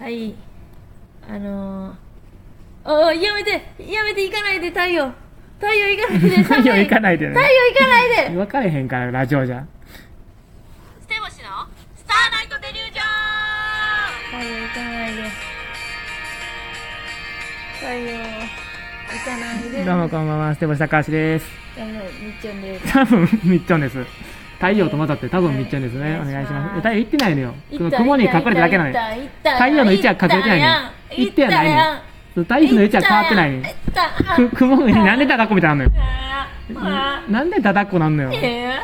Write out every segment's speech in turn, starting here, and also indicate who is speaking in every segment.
Speaker 1: はいあのー、おーやめてやめて行かないで太陽太陽行かないで
Speaker 2: 太陽行かないでね
Speaker 1: 太陽行かないで
Speaker 2: 分かれへんからラジオじゃ
Speaker 3: ステボシのスターナイトデリュージョン
Speaker 1: 太陽行かないで太陽行かないで
Speaker 2: どうもこんばんはステボシ高橋です
Speaker 1: どうもみっちゃんです
Speaker 2: 多分みっちょんです太陽と混ざって多分みっちょんですね、
Speaker 1: はい
Speaker 2: お願いし
Speaker 1: お願いし
Speaker 2: ま
Speaker 1: ま
Speaker 2: す
Speaker 1: す
Speaker 2: え太陽行ってないのよ雲に隠れてるだけなのよ太
Speaker 1: 太
Speaker 2: 陽の位置は隠れてないね
Speaker 1: 行
Speaker 2: 行ってはないねそう太陽の位置は変わってないね
Speaker 1: 行
Speaker 2: く
Speaker 1: った
Speaker 2: 雲になんでダダっこみたいなのよ
Speaker 1: ああ
Speaker 2: なんでダダっこなんのよい
Speaker 1: え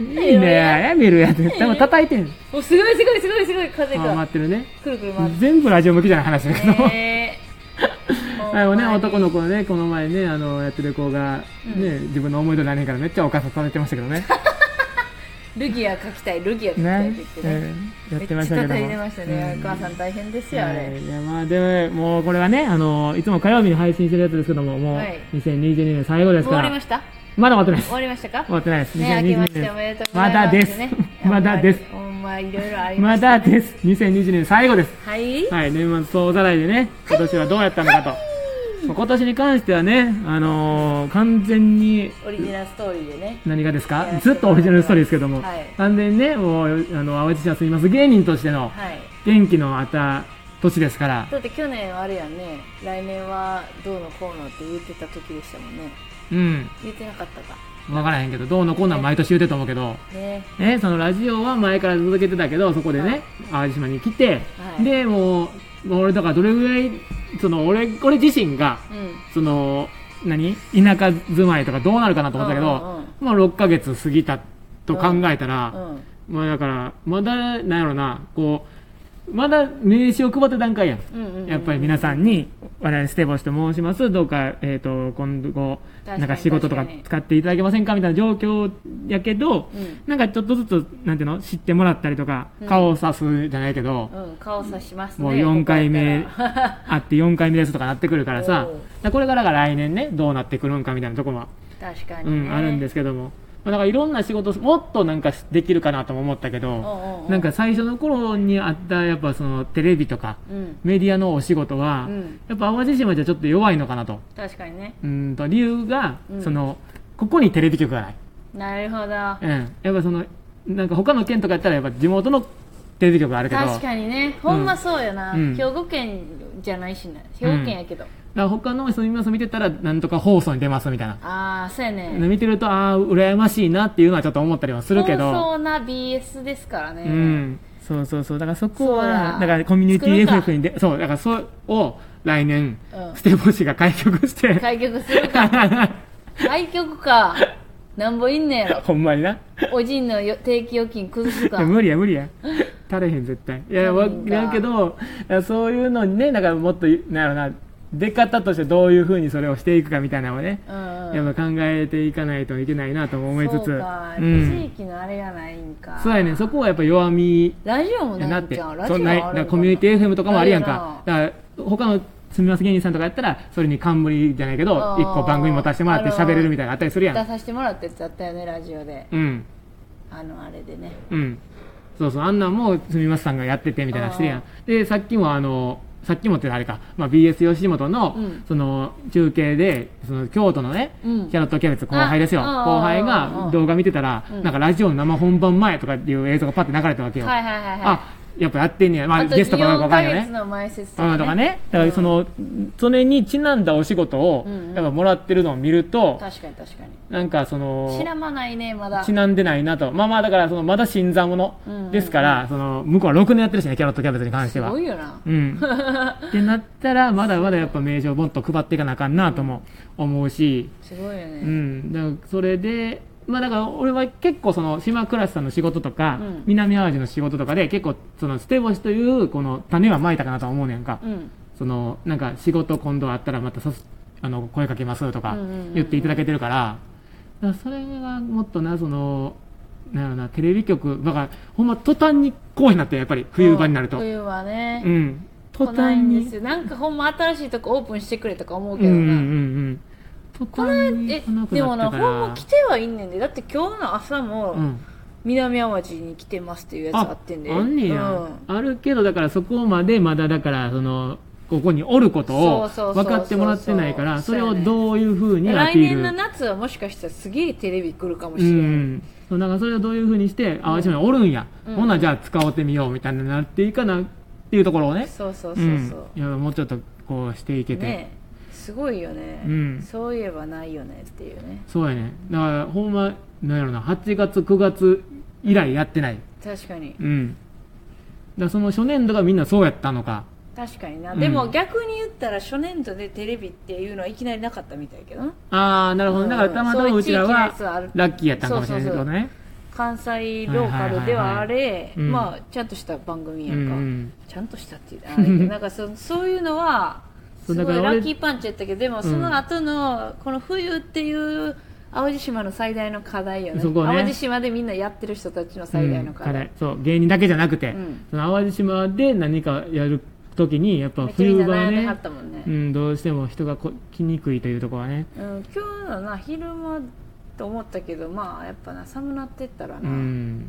Speaker 2: いねやめるやつでも叩いてん
Speaker 1: ーおすごいすごいすごいすごい風
Speaker 2: あ回
Speaker 1: が
Speaker 2: ってるね
Speaker 1: くるくる回っ
Speaker 2: 全部ラジオ向きじゃない話だけど、
Speaker 1: てえー
Speaker 2: あの
Speaker 1: ほ
Speaker 2: ね、
Speaker 1: んまに
Speaker 2: 男の子のね、この前ね、あの、やってる子が、ね、自分の思い出来年からめっちゃお母さんされてましたけどね。
Speaker 1: ルギア書きたいルギア書きたいって
Speaker 2: ね
Speaker 1: 言って、ね
Speaker 2: えーやってました
Speaker 1: め
Speaker 2: け
Speaker 1: っ
Speaker 2: ど
Speaker 1: ちゃ叩
Speaker 2: も。
Speaker 1: いてましたね、お母さん大変ですよあれ、
Speaker 2: はいいや、まあ、でも、もうこれはね、あの、いつも火曜日に配信してるやつですけども、もう
Speaker 1: はい、
Speaker 2: 2022年最後です
Speaker 1: 終
Speaker 2: か
Speaker 1: わ
Speaker 2: ら、
Speaker 1: りました
Speaker 2: まだ終わってないです。
Speaker 1: 終わりましたか
Speaker 2: 終わってないです。
Speaker 1: ね明けましておめでとうございます、ね、
Speaker 2: まだです。 まだです。
Speaker 1: ほんまいろいろありま
Speaker 2: ま
Speaker 1: した、
Speaker 2: だです。2022年最後です。
Speaker 1: はい
Speaker 2: はい、年末総ざらいでね、今年はどうやったのかと。まあ今年に関してはね、あのー完全に
Speaker 1: オリジナルストーリーでね
Speaker 2: 何がです
Speaker 1: いや
Speaker 2: かずっとオリジナルストーリーですけども、
Speaker 1: はい
Speaker 2: 完全にねもうあの淡路市は住みます芸人としての
Speaker 1: はい
Speaker 2: 元気のあった年ですから
Speaker 1: だって去年あれやんね来年はどうのこうのって言ってた時でしたもんね
Speaker 2: うん
Speaker 1: 言ってなかったか
Speaker 2: 分からへんけどどうのこうのは毎年言うてると思うけど、
Speaker 1: ね
Speaker 2: ね、そのラジオは前から続けてたけどそこでね、淡路島に来て、
Speaker 1: はい
Speaker 2: でもう俺だからどれぐらいその俺俺自身が
Speaker 1: うん
Speaker 2: その何田舎住まいとかどうなるかなと思ったけど、
Speaker 1: うんうんうん
Speaker 2: まあ、6ヶ月過ぎたと考えたら、
Speaker 1: うん
Speaker 2: まあだから、まだ、なんやろな、こう、まだ名刺を配った段階やん。
Speaker 1: うんうんうん
Speaker 2: やっぱり皆さんに、我々ステボシと申します。どうか、えっ、と、今後、
Speaker 1: 確か
Speaker 2: な
Speaker 1: に
Speaker 2: んか仕事とか
Speaker 1: 確かに
Speaker 2: 使っていただけませんかみたいな状況やけど、
Speaker 1: うん
Speaker 2: なんかちょっとずつ、なんていうの、知ってもらったりとか、顔をさすじゃないけど、
Speaker 1: うん顔さしますね
Speaker 2: もう4回目
Speaker 1: ここやったら
Speaker 2: あって4回目ですとかなってくるからさ、だか
Speaker 1: おう
Speaker 2: らこれからが来年ね、どうなってくるんかみたいなとこも、
Speaker 1: 確かに
Speaker 2: う
Speaker 1: ね、
Speaker 2: ん、あるんですけども。まあだからいろんな仕事、もっとなんかできるかなとも思ったけど、
Speaker 1: おうおうおう
Speaker 2: なんか最初の頃にあったやっぱそのテレビとか
Speaker 1: うん
Speaker 2: メディアのお仕事は、
Speaker 1: うん
Speaker 2: やっぱ淡路島じゃちょっと弱いのかなと
Speaker 1: 確かにね
Speaker 2: うんと理由が、
Speaker 1: うん
Speaker 2: そのここにテレビ局がない、
Speaker 1: なるほど
Speaker 2: うん、やっぱそのなんか他の県とかやったらやっぱ地元のテレビ局があるけど
Speaker 1: 確かにねほんまそうよな、
Speaker 2: うん
Speaker 1: 兵庫県じゃないしな兵庫県やけど、
Speaker 2: だから他の住みます見てたらなんとか放送に出ますみたいな、
Speaker 1: ああそうやね
Speaker 2: 見てるとああ羨ましいなっていうのはちょっと思ったりはするけど
Speaker 1: 放送な BS ですからね、
Speaker 2: うん、そうそうそうだからそこは
Speaker 1: そうだ
Speaker 2: だからコミュニテ
Speaker 1: 作
Speaker 2: ィ
Speaker 1: るか
Speaker 2: FF にでそうだからそうを来年、
Speaker 1: うん
Speaker 2: ステボシが開局して
Speaker 1: 開局するか開局かなんぼいんねやろ
Speaker 2: ほんまにな
Speaker 1: おじんのよ定期預金崩す
Speaker 2: い
Speaker 1: か
Speaker 2: や無理や無 理や足れへん絶対いやわ
Speaker 1: 足れへ
Speaker 2: ら
Speaker 1: ん
Speaker 2: ん
Speaker 1: か
Speaker 2: けどいやそういうのにねだからもっとなんやろな出方としてどういうふうにそれをしていくかみたいなのをね、
Speaker 1: うんうん
Speaker 2: やっぱ考えていかないといけないなとも思いつつ
Speaker 1: そうか、地
Speaker 2: ん、
Speaker 1: 域のあれがないんか
Speaker 2: そうやねそこはやっぱ弱み
Speaker 1: ラジオも
Speaker 2: や
Speaker 1: な
Speaker 2: ないっ
Speaker 1: んじ
Speaker 2: て
Speaker 1: ゃんラジ
Speaker 2: そ
Speaker 1: オ
Speaker 2: ん
Speaker 1: も
Speaker 2: な
Speaker 1: あ
Speaker 2: い
Speaker 1: る
Speaker 2: だ
Speaker 1: ん
Speaker 2: からコミュニティ FM とかもあるやん
Speaker 1: あ
Speaker 2: かだから他のすみます芸人さんとかやったらそれに冠じゃないけど
Speaker 1: あー
Speaker 2: 一個番組持たせてもらって喋れるみたいなのあったりするや
Speaker 1: 出
Speaker 2: ん
Speaker 1: させてもらってってあったよねラジオで
Speaker 2: うん
Speaker 1: あのあれでね
Speaker 2: うん、そうそうあんなんもすみますさんがやっててみたいなしてるや
Speaker 1: あ
Speaker 2: んでさっきもあのさっきもってあれか、まあ、BS 吉本の,、
Speaker 1: うん
Speaker 2: その中継でその京都のね、
Speaker 1: うん
Speaker 2: キャロットキャベツ後輩ですよ
Speaker 1: あああ
Speaker 2: 後輩
Speaker 1: あ
Speaker 2: が
Speaker 1: あ
Speaker 2: 動画見てたら、
Speaker 1: うん
Speaker 2: なんかラジオの生本番前とかっていう映像がパッて流れたわけよ、
Speaker 1: はいはいはいはい
Speaker 2: あやっぱやってんねや、まあ、
Speaker 1: あと
Speaker 2: ゲストかどうか
Speaker 1: 4
Speaker 2: わか
Speaker 1: ヶ
Speaker 2: んないよ
Speaker 1: 月
Speaker 2: ね
Speaker 1: の前説
Speaker 2: うんとかね、だからその、それにちなんだお仕事を、
Speaker 1: うんうん
Speaker 2: やっぱもらってるのを見ると、
Speaker 1: 確かに確かに
Speaker 2: なんかその、
Speaker 1: 知らまないねまだ
Speaker 2: ちなんでないなと。まあまあ、だから、その、まだ新参者
Speaker 1: うんうんうん
Speaker 2: ですから、その、向こうは6年やってるしね、キャロットキャベツに関して
Speaker 1: す
Speaker 2: は。
Speaker 1: ごいよな
Speaker 2: うん。ってなったら、まだまだやっぱ名称をもっと配っていかなあかんなとも思うし、
Speaker 1: すごいよね、
Speaker 2: うん。だから、それで、まあだから、俺は結構その、島倉さんの仕事とか、
Speaker 1: うん
Speaker 2: 南淡路の仕事とかで、結構、その、捨て星という、この、種はまいたかなとは思うねんか。
Speaker 1: うん
Speaker 2: その、なんか、仕事今度あったらまたさす、あの、声かけますとか
Speaker 1: うんうんうんうん
Speaker 2: 言っていただけてるから、だからそれがもっとな、その、なんやろな、テレビ局、だから、ほんま途端にこうになって、やっぱり冬場になると。
Speaker 1: 冬はね、
Speaker 2: うん。途
Speaker 1: 来ない
Speaker 2: 端
Speaker 1: んで
Speaker 2: に
Speaker 1: す。よなんかほんま新しいとこオープンしてくれとか思う
Speaker 2: うん
Speaker 1: け
Speaker 2: う
Speaker 1: ど
Speaker 2: んう
Speaker 1: な、
Speaker 2: んうん。途端に
Speaker 1: え
Speaker 2: 来なく
Speaker 1: でも
Speaker 2: な
Speaker 1: な
Speaker 2: った
Speaker 1: ほ
Speaker 2: から。
Speaker 1: んま来てはいんねんでだって今日の朝も、
Speaker 2: うん。
Speaker 1: 南淡路に来てますっていうやつあってんで
Speaker 2: あんねや、あるけどだからそこまでまだだからそのここにおることを
Speaker 1: そうそうそうそう
Speaker 2: 分かってもらってないから
Speaker 1: そ
Speaker 2: そ
Speaker 1: う
Speaker 2: れ
Speaker 1: やね
Speaker 2: をどういうふう
Speaker 1: うん、
Speaker 2: にア
Speaker 1: 来
Speaker 2: ピー
Speaker 1: 年
Speaker 2: ル
Speaker 1: の夏はもしかしたらすげえテレビ来るかもし
Speaker 2: う
Speaker 1: れない、
Speaker 2: んそうなんかそれをどういうふうにして、ああちもおるんや、
Speaker 1: うん
Speaker 2: ほなじゃあ使おうてみようみたいになっていいかなっていうところをね
Speaker 1: そうそうそうそう、
Speaker 2: ん、いやもうちょっとこうしていけて、
Speaker 1: ねすごいよね、
Speaker 2: うん
Speaker 1: そういえばないよねっていうね
Speaker 2: そうやねだからほんまなんやろな8月9月以来やってない
Speaker 1: 確かに
Speaker 2: うんだからその初年度がみんなそうやったのか
Speaker 1: 確かにな、
Speaker 2: うん
Speaker 1: でも逆に言ったら初年度でテレビっていうのはいきなりなかったみたいやけどな
Speaker 2: ああなるほど、
Speaker 1: うん
Speaker 2: だからたまたまうちらは
Speaker 1: そういう地域のやつある
Speaker 2: ラッキーやったんかもしれないけどね
Speaker 1: 関西ローカルではあれ、
Speaker 2: うん
Speaker 1: まあちゃんとした番組やんか、
Speaker 2: うん
Speaker 1: ちゃんとしたって 言うたらあれやけどなんかそそういうのは
Speaker 2: そ
Speaker 1: す
Speaker 2: う
Speaker 1: ごい
Speaker 2: だから
Speaker 1: ラ
Speaker 2: 俺
Speaker 1: ッキーパンチやったけどでもその後のこの冬っていう淡路島の最大の課題よね
Speaker 2: そこね
Speaker 1: 淡路島でみんなやってる人たちの最大の課題、
Speaker 2: うんそう芸人だけじゃなくて、
Speaker 1: うん
Speaker 2: その淡路島で何かやるときにやっぱ
Speaker 1: めっちゃみん
Speaker 2: 冬
Speaker 1: な
Speaker 2: 場は
Speaker 1: 悩んでは
Speaker 2: ね
Speaker 1: ったもんね
Speaker 2: うん、どうしても人がこ来にくいというところはね、
Speaker 1: うん、今日のな昼間と思ったけどまあやっぱな寒なってったら
Speaker 2: う
Speaker 1: な、
Speaker 2: ん、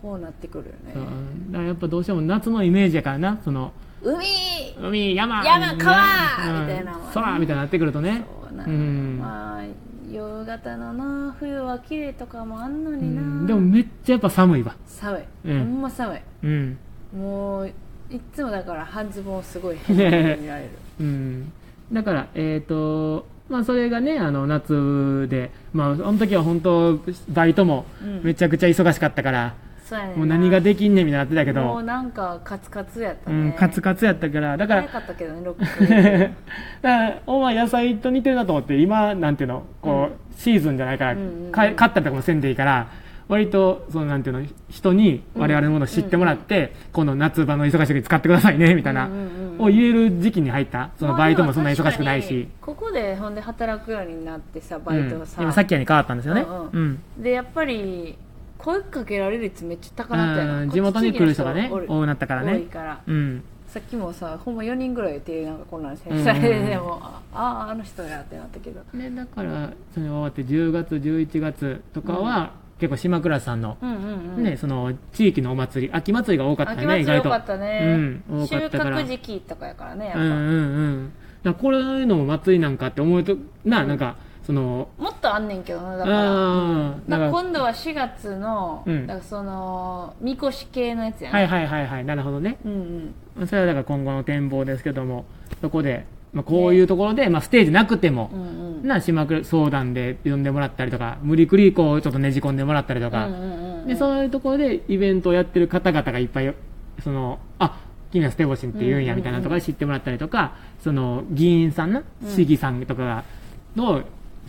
Speaker 1: こうなってくるよ
Speaker 2: そう
Speaker 1: ね
Speaker 2: だからやっぱどうしても夏のイメージやからなその
Speaker 1: 海
Speaker 2: 海山
Speaker 1: 山川
Speaker 2: うん
Speaker 1: みたいなもんね
Speaker 2: 空みたいになってくるとね
Speaker 1: そうな、
Speaker 2: うん
Speaker 1: まあ夕方のな冬は綺麗とかもあんの
Speaker 2: う
Speaker 1: にな、
Speaker 2: んでもめっちゃやっぱ寒いわ
Speaker 1: 寒い、
Speaker 2: うん
Speaker 1: ほんま寒い
Speaker 2: うん、
Speaker 1: もういっつもだから半ズボンをすごい変な風に見ら れる
Speaker 2: うん、だからえっ、とまあそれがねあの夏でまあその時は本当バイトも
Speaker 1: うん
Speaker 2: めちゃくちゃ忙しかったから、
Speaker 1: そうやねんな
Speaker 2: もう何ができんねんみたいになってたけ
Speaker 1: もう
Speaker 2: ど、
Speaker 1: なんかカツカツやった
Speaker 2: う
Speaker 1: ね、
Speaker 2: ん、カツカツやったからだから
Speaker 1: 早かったけどね6
Speaker 2: だからお前野菜と似てるなと思って今なんていうのこう、シーズンじゃないから、
Speaker 1: うんうんうん
Speaker 2: か買ったりとかもせんでいいから割とそのなんていうの人に我々のものを知ってもらって、この夏場の忙しい時に使ってくださいねみたいな、
Speaker 1: うんうんうん
Speaker 2: を言える時期に入った そのバイトもそんな忙しくない
Speaker 1: まあでも
Speaker 2: し、
Speaker 1: 確かにここでほんで働くようになってさ
Speaker 2: う
Speaker 1: バイ
Speaker 2: ん
Speaker 1: トをさ、
Speaker 2: 今さっきやに変わったんですよね、
Speaker 1: うんうん
Speaker 2: うん
Speaker 1: でやっぱり声かけられる率めっちゃ高なったよ
Speaker 2: う
Speaker 1: なんこっち
Speaker 2: 地元に来る人が
Speaker 1: 地
Speaker 2: ね
Speaker 1: 域の人おる
Speaker 2: 多くなったから
Speaker 1: 多い
Speaker 2: ね
Speaker 1: から
Speaker 2: うん
Speaker 1: さっきもさほんま4人ぐらいいてなんかこんなんせ
Speaker 2: うん
Speaker 1: されてでもああーあの人やってなったけど
Speaker 2: でだからそれ終わって10月11月とかは、結構島倉さんの
Speaker 1: うんうんうん
Speaker 2: ね、その地域のお祭り秋祭りが多かったね
Speaker 1: 秋祭り多
Speaker 2: 意外と
Speaker 1: かったね、
Speaker 2: うん、多
Speaker 1: 収
Speaker 2: かったから
Speaker 1: 穫時期とかやからねやっ
Speaker 2: う
Speaker 1: ぱ、
Speaker 2: んうんうんだからこれのも祭りなんかって思うとななんかその
Speaker 1: もっとあんねんけどなだから
Speaker 2: ああ
Speaker 1: だか
Speaker 2: だからら
Speaker 1: 今度は4月の、
Speaker 2: うん
Speaker 1: だからそのみこし系のやつやね、
Speaker 2: はいはいはいはいなるほどね
Speaker 1: うんうん
Speaker 2: それはだから今後の展望ですけどもそこで、まあ、こういうところで、まあ、ステージなくても、
Speaker 1: うんうん
Speaker 2: な島倉相談で呼んでもらったりとか無理くりこうちょっとねじ込んでもらったりとか、
Speaker 1: うんうんうん
Speaker 2: でそういうところでイベントをやってる方々がいっぱいそのあ君はステボシンって言うんやみたいなとか知ってもらったりとか、その議員さんな
Speaker 1: うん
Speaker 2: 市議さんとかの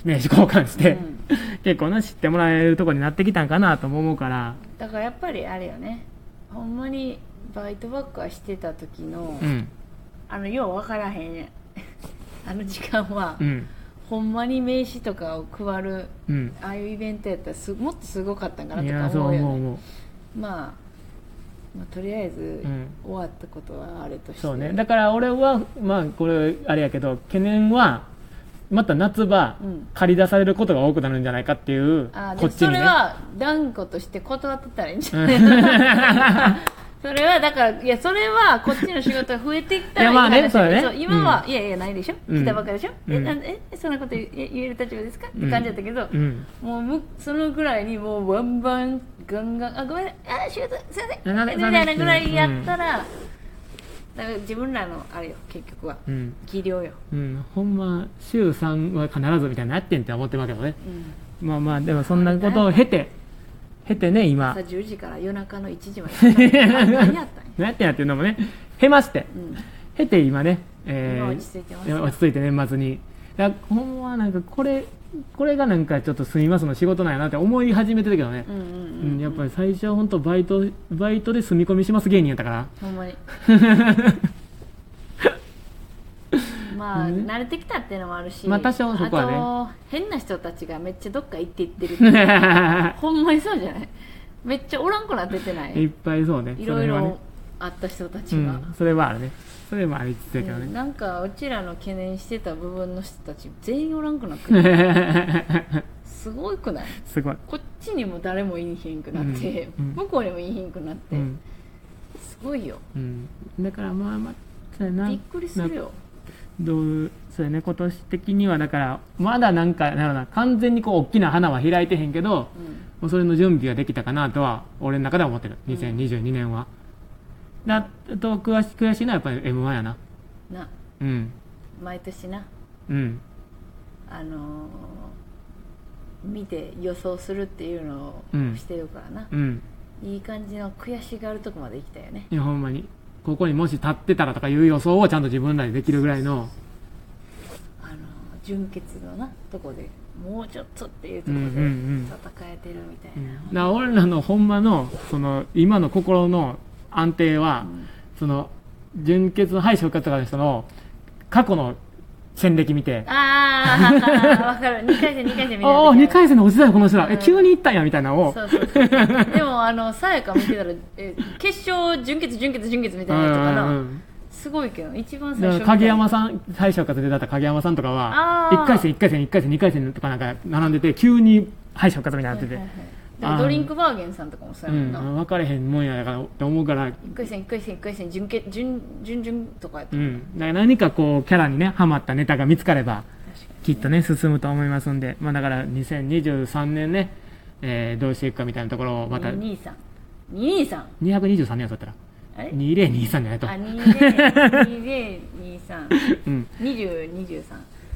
Speaker 2: 名刺交換して、
Speaker 1: うん
Speaker 2: 結構な知ってもらえるところになってきたんかなとも思うから、
Speaker 1: だからやっぱりあれよねほんまにバイトばっかしてた時の、
Speaker 2: うん
Speaker 1: あのよう分からへん ねあの時間は、
Speaker 2: うん
Speaker 1: ほんまに名刺とかを配る
Speaker 2: うん、
Speaker 1: ああいうイベントやったらすもっとすごかったんか
Speaker 2: い
Speaker 1: な
Speaker 2: や
Speaker 1: と
Speaker 2: そう
Speaker 1: か思うよ
Speaker 2: 思う
Speaker 1: ね
Speaker 2: 思う
Speaker 1: まあ、まあとりあえず、
Speaker 2: うん
Speaker 1: 終わったことはあれとして
Speaker 2: そうねだから俺はまあこれあれやけど懸念はまた夏場、
Speaker 1: うん
Speaker 2: 借り出されることが多くなるんじゃないかっていう
Speaker 1: あーで
Speaker 2: こ
Speaker 1: も
Speaker 2: っち
Speaker 1: そ
Speaker 2: に
Speaker 1: れ
Speaker 2: ね
Speaker 1: は断固として断ってたらいいんじゃない それはだからいやそれはこっちの仕事が増えてきたらいい
Speaker 2: いやまあね
Speaker 1: 話だけど
Speaker 2: そうだね
Speaker 1: 今は、いやいやないでしょ、
Speaker 2: うん
Speaker 1: 来たばっかでしょ、
Speaker 2: う
Speaker 1: え
Speaker 2: ん
Speaker 1: なんでえそんなこと言え言える立場ですか、
Speaker 2: うん
Speaker 1: って感じだったけど、
Speaker 2: うん
Speaker 1: もうむそのぐらいにもうワンバンガンガンあごめんあー仕事すいませ
Speaker 2: なんんで
Speaker 1: みたいなぐらいやったら、だから自分らのあれよ結局は
Speaker 2: うん
Speaker 1: 技量よ、
Speaker 2: うん、ほんま、週3は必ずみたいになってんって思ってるわけどね。
Speaker 1: うん、
Speaker 2: まあまあ、でもそんなことを経て、経てね、今
Speaker 1: 朝。10時から夜中の1時ま で何やったんや、
Speaker 2: 何やってんやっていうのもね、経まして、
Speaker 1: うん
Speaker 2: 経て今ね、え
Speaker 1: 今
Speaker 2: ー
Speaker 1: 落ち着いてますよ
Speaker 2: 落ち着いて年末に。だからほんまなんかこれ、これがなんかちょっとすみますの仕事なんやなって思い始めてるけどね
Speaker 1: う。んうん
Speaker 2: う
Speaker 1: うん
Speaker 2: ん、やっぱり最初は本当バイト、バイトで住み込みします芸人やったから。
Speaker 1: ほん まにまあ、慣れてきたっていうのもあるし、
Speaker 2: まあ多少そこはね
Speaker 1: あと変な人たちがめっちゃどっか行って行ってるって ほんまにそうじゃないめっちゃおらんくなっててない
Speaker 2: いっ
Speaker 1: い
Speaker 2: ぱいそうね。そ
Speaker 1: ろい
Speaker 2: れはね
Speaker 1: ろあった人たち
Speaker 2: う
Speaker 1: が、
Speaker 2: ん、それはあるね。それもありつつやけど
Speaker 1: う
Speaker 2: ね
Speaker 1: ん。なん かうちらの懸念してた部分の人たち全員おらんくなってる
Speaker 2: ね
Speaker 1: すごくない
Speaker 2: すごい、
Speaker 1: こっちにも誰もいいひんくなって、
Speaker 2: うんうん
Speaker 1: 向こうにもいいひんくなって、
Speaker 2: うん
Speaker 1: すごいよ
Speaker 2: うん、だからまあまあそうやな
Speaker 1: びっくりするよ
Speaker 2: どうそうやね今年的にはだからまだなんかなんやろな完全にこう大きな花は開いてへんけど
Speaker 1: うん
Speaker 2: もうそれの準備ができたかなとは俺の中では思ってる2022年は、だと悔し悔しいのはやっぱり m 1やな
Speaker 1: な
Speaker 2: うん
Speaker 1: 毎年な
Speaker 2: うん
Speaker 1: あのー見て予想するっていうの
Speaker 2: うん
Speaker 1: をしてるからな
Speaker 2: う、ん
Speaker 1: いい感じの悔しがるとこまで来たよね
Speaker 2: いやほんまにここにもし立ってたらとかいう予想をちゃんと自分らでできるぐらいの
Speaker 1: あのー純潔のなとこでもうちょっとっていうとこ
Speaker 2: うん
Speaker 1: ろ
Speaker 2: うん
Speaker 1: で
Speaker 2: うん
Speaker 1: 戦えてるみたい
Speaker 2: うん
Speaker 1: な、
Speaker 2: だから俺らのほんまのその今の心の安定は、その純潔の敗者復活とかの人の過去の戦歴見て
Speaker 1: ああ分かる2回戦2回戦見
Speaker 2: あ
Speaker 1: な
Speaker 2: あ2
Speaker 1: きゃ
Speaker 2: 回戦の落ちたよこの人ら、
Speaker 1: う
Speaker 2: え
Speaker 1: ん
Speaker 2: 急に行ったんやみたいなのを
Speaker 1: そうそうそう でもあのさやか見てたらえ決勝準決準決準決みたいなやつとか
Speaker 2: うんう
Speaker 1: なんすごいけど一番最
Speaker 2: だか
Speaker 1: 初
Speaker 2: ら影山さん敗者復活でだった影山さんとか
Speaker 1: あ
Speaker 2: は
Speaker 1: ー
Speaker 2: 1回戦1回戦1回戦2回戦とかなんか並んでて急に敗者復活みたいになってて、
Speaker 1: はいはいはいだからドリンクバーゲンさんとかもそうやもんな、
Speaker 2: うん分かれへんもんやだからって思うから
Speaker 1: 一回戦一回戦一回戦準決準準準とかやった、
Speaker 2: うん、だから何かこうキャラにねハマったネタが見つかれば
Speaker 1: 確か
Speaker 2: きっとね進むと思いますんで、まあ、だから2023年ね、えーどうしていくかみたいなところをまた
Speaker 1: に223 223
Speaker 2: 223年はそうやったら
Speaker 1: あれ
Speaker 2: 2023年や
Speaker 1: あ
Speaker 2: と、
Speaker 1: 20232023
Speaker 2: うん
Speaker 1: 2023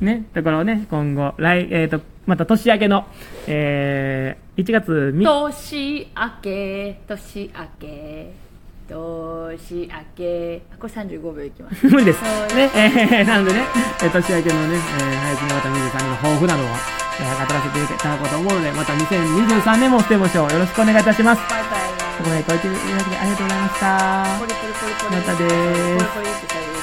Speaker 2: ね、だからね今後来、えー、とまた年明けの、えー1月3
Speaker 1: 年明け年明け年明けあこれ35秒いきます
Speaker 2: 無理です
Speaker 1: そう
Speaker 2: ね、えーなんでね、えー年明けのね、えー、配信のまた23年の抱負などを、えー語らせていただこうと思うのでまた2023年もステモショーよろしくお願いいたします
Speaker 1: バイバイ
Speaker 2: ここまでご視聴いただきありがとうございました
Speaker 1: ポリポリポリポリ
Speaker 2: またです
Speaker 1: ポリポリって言ったらいい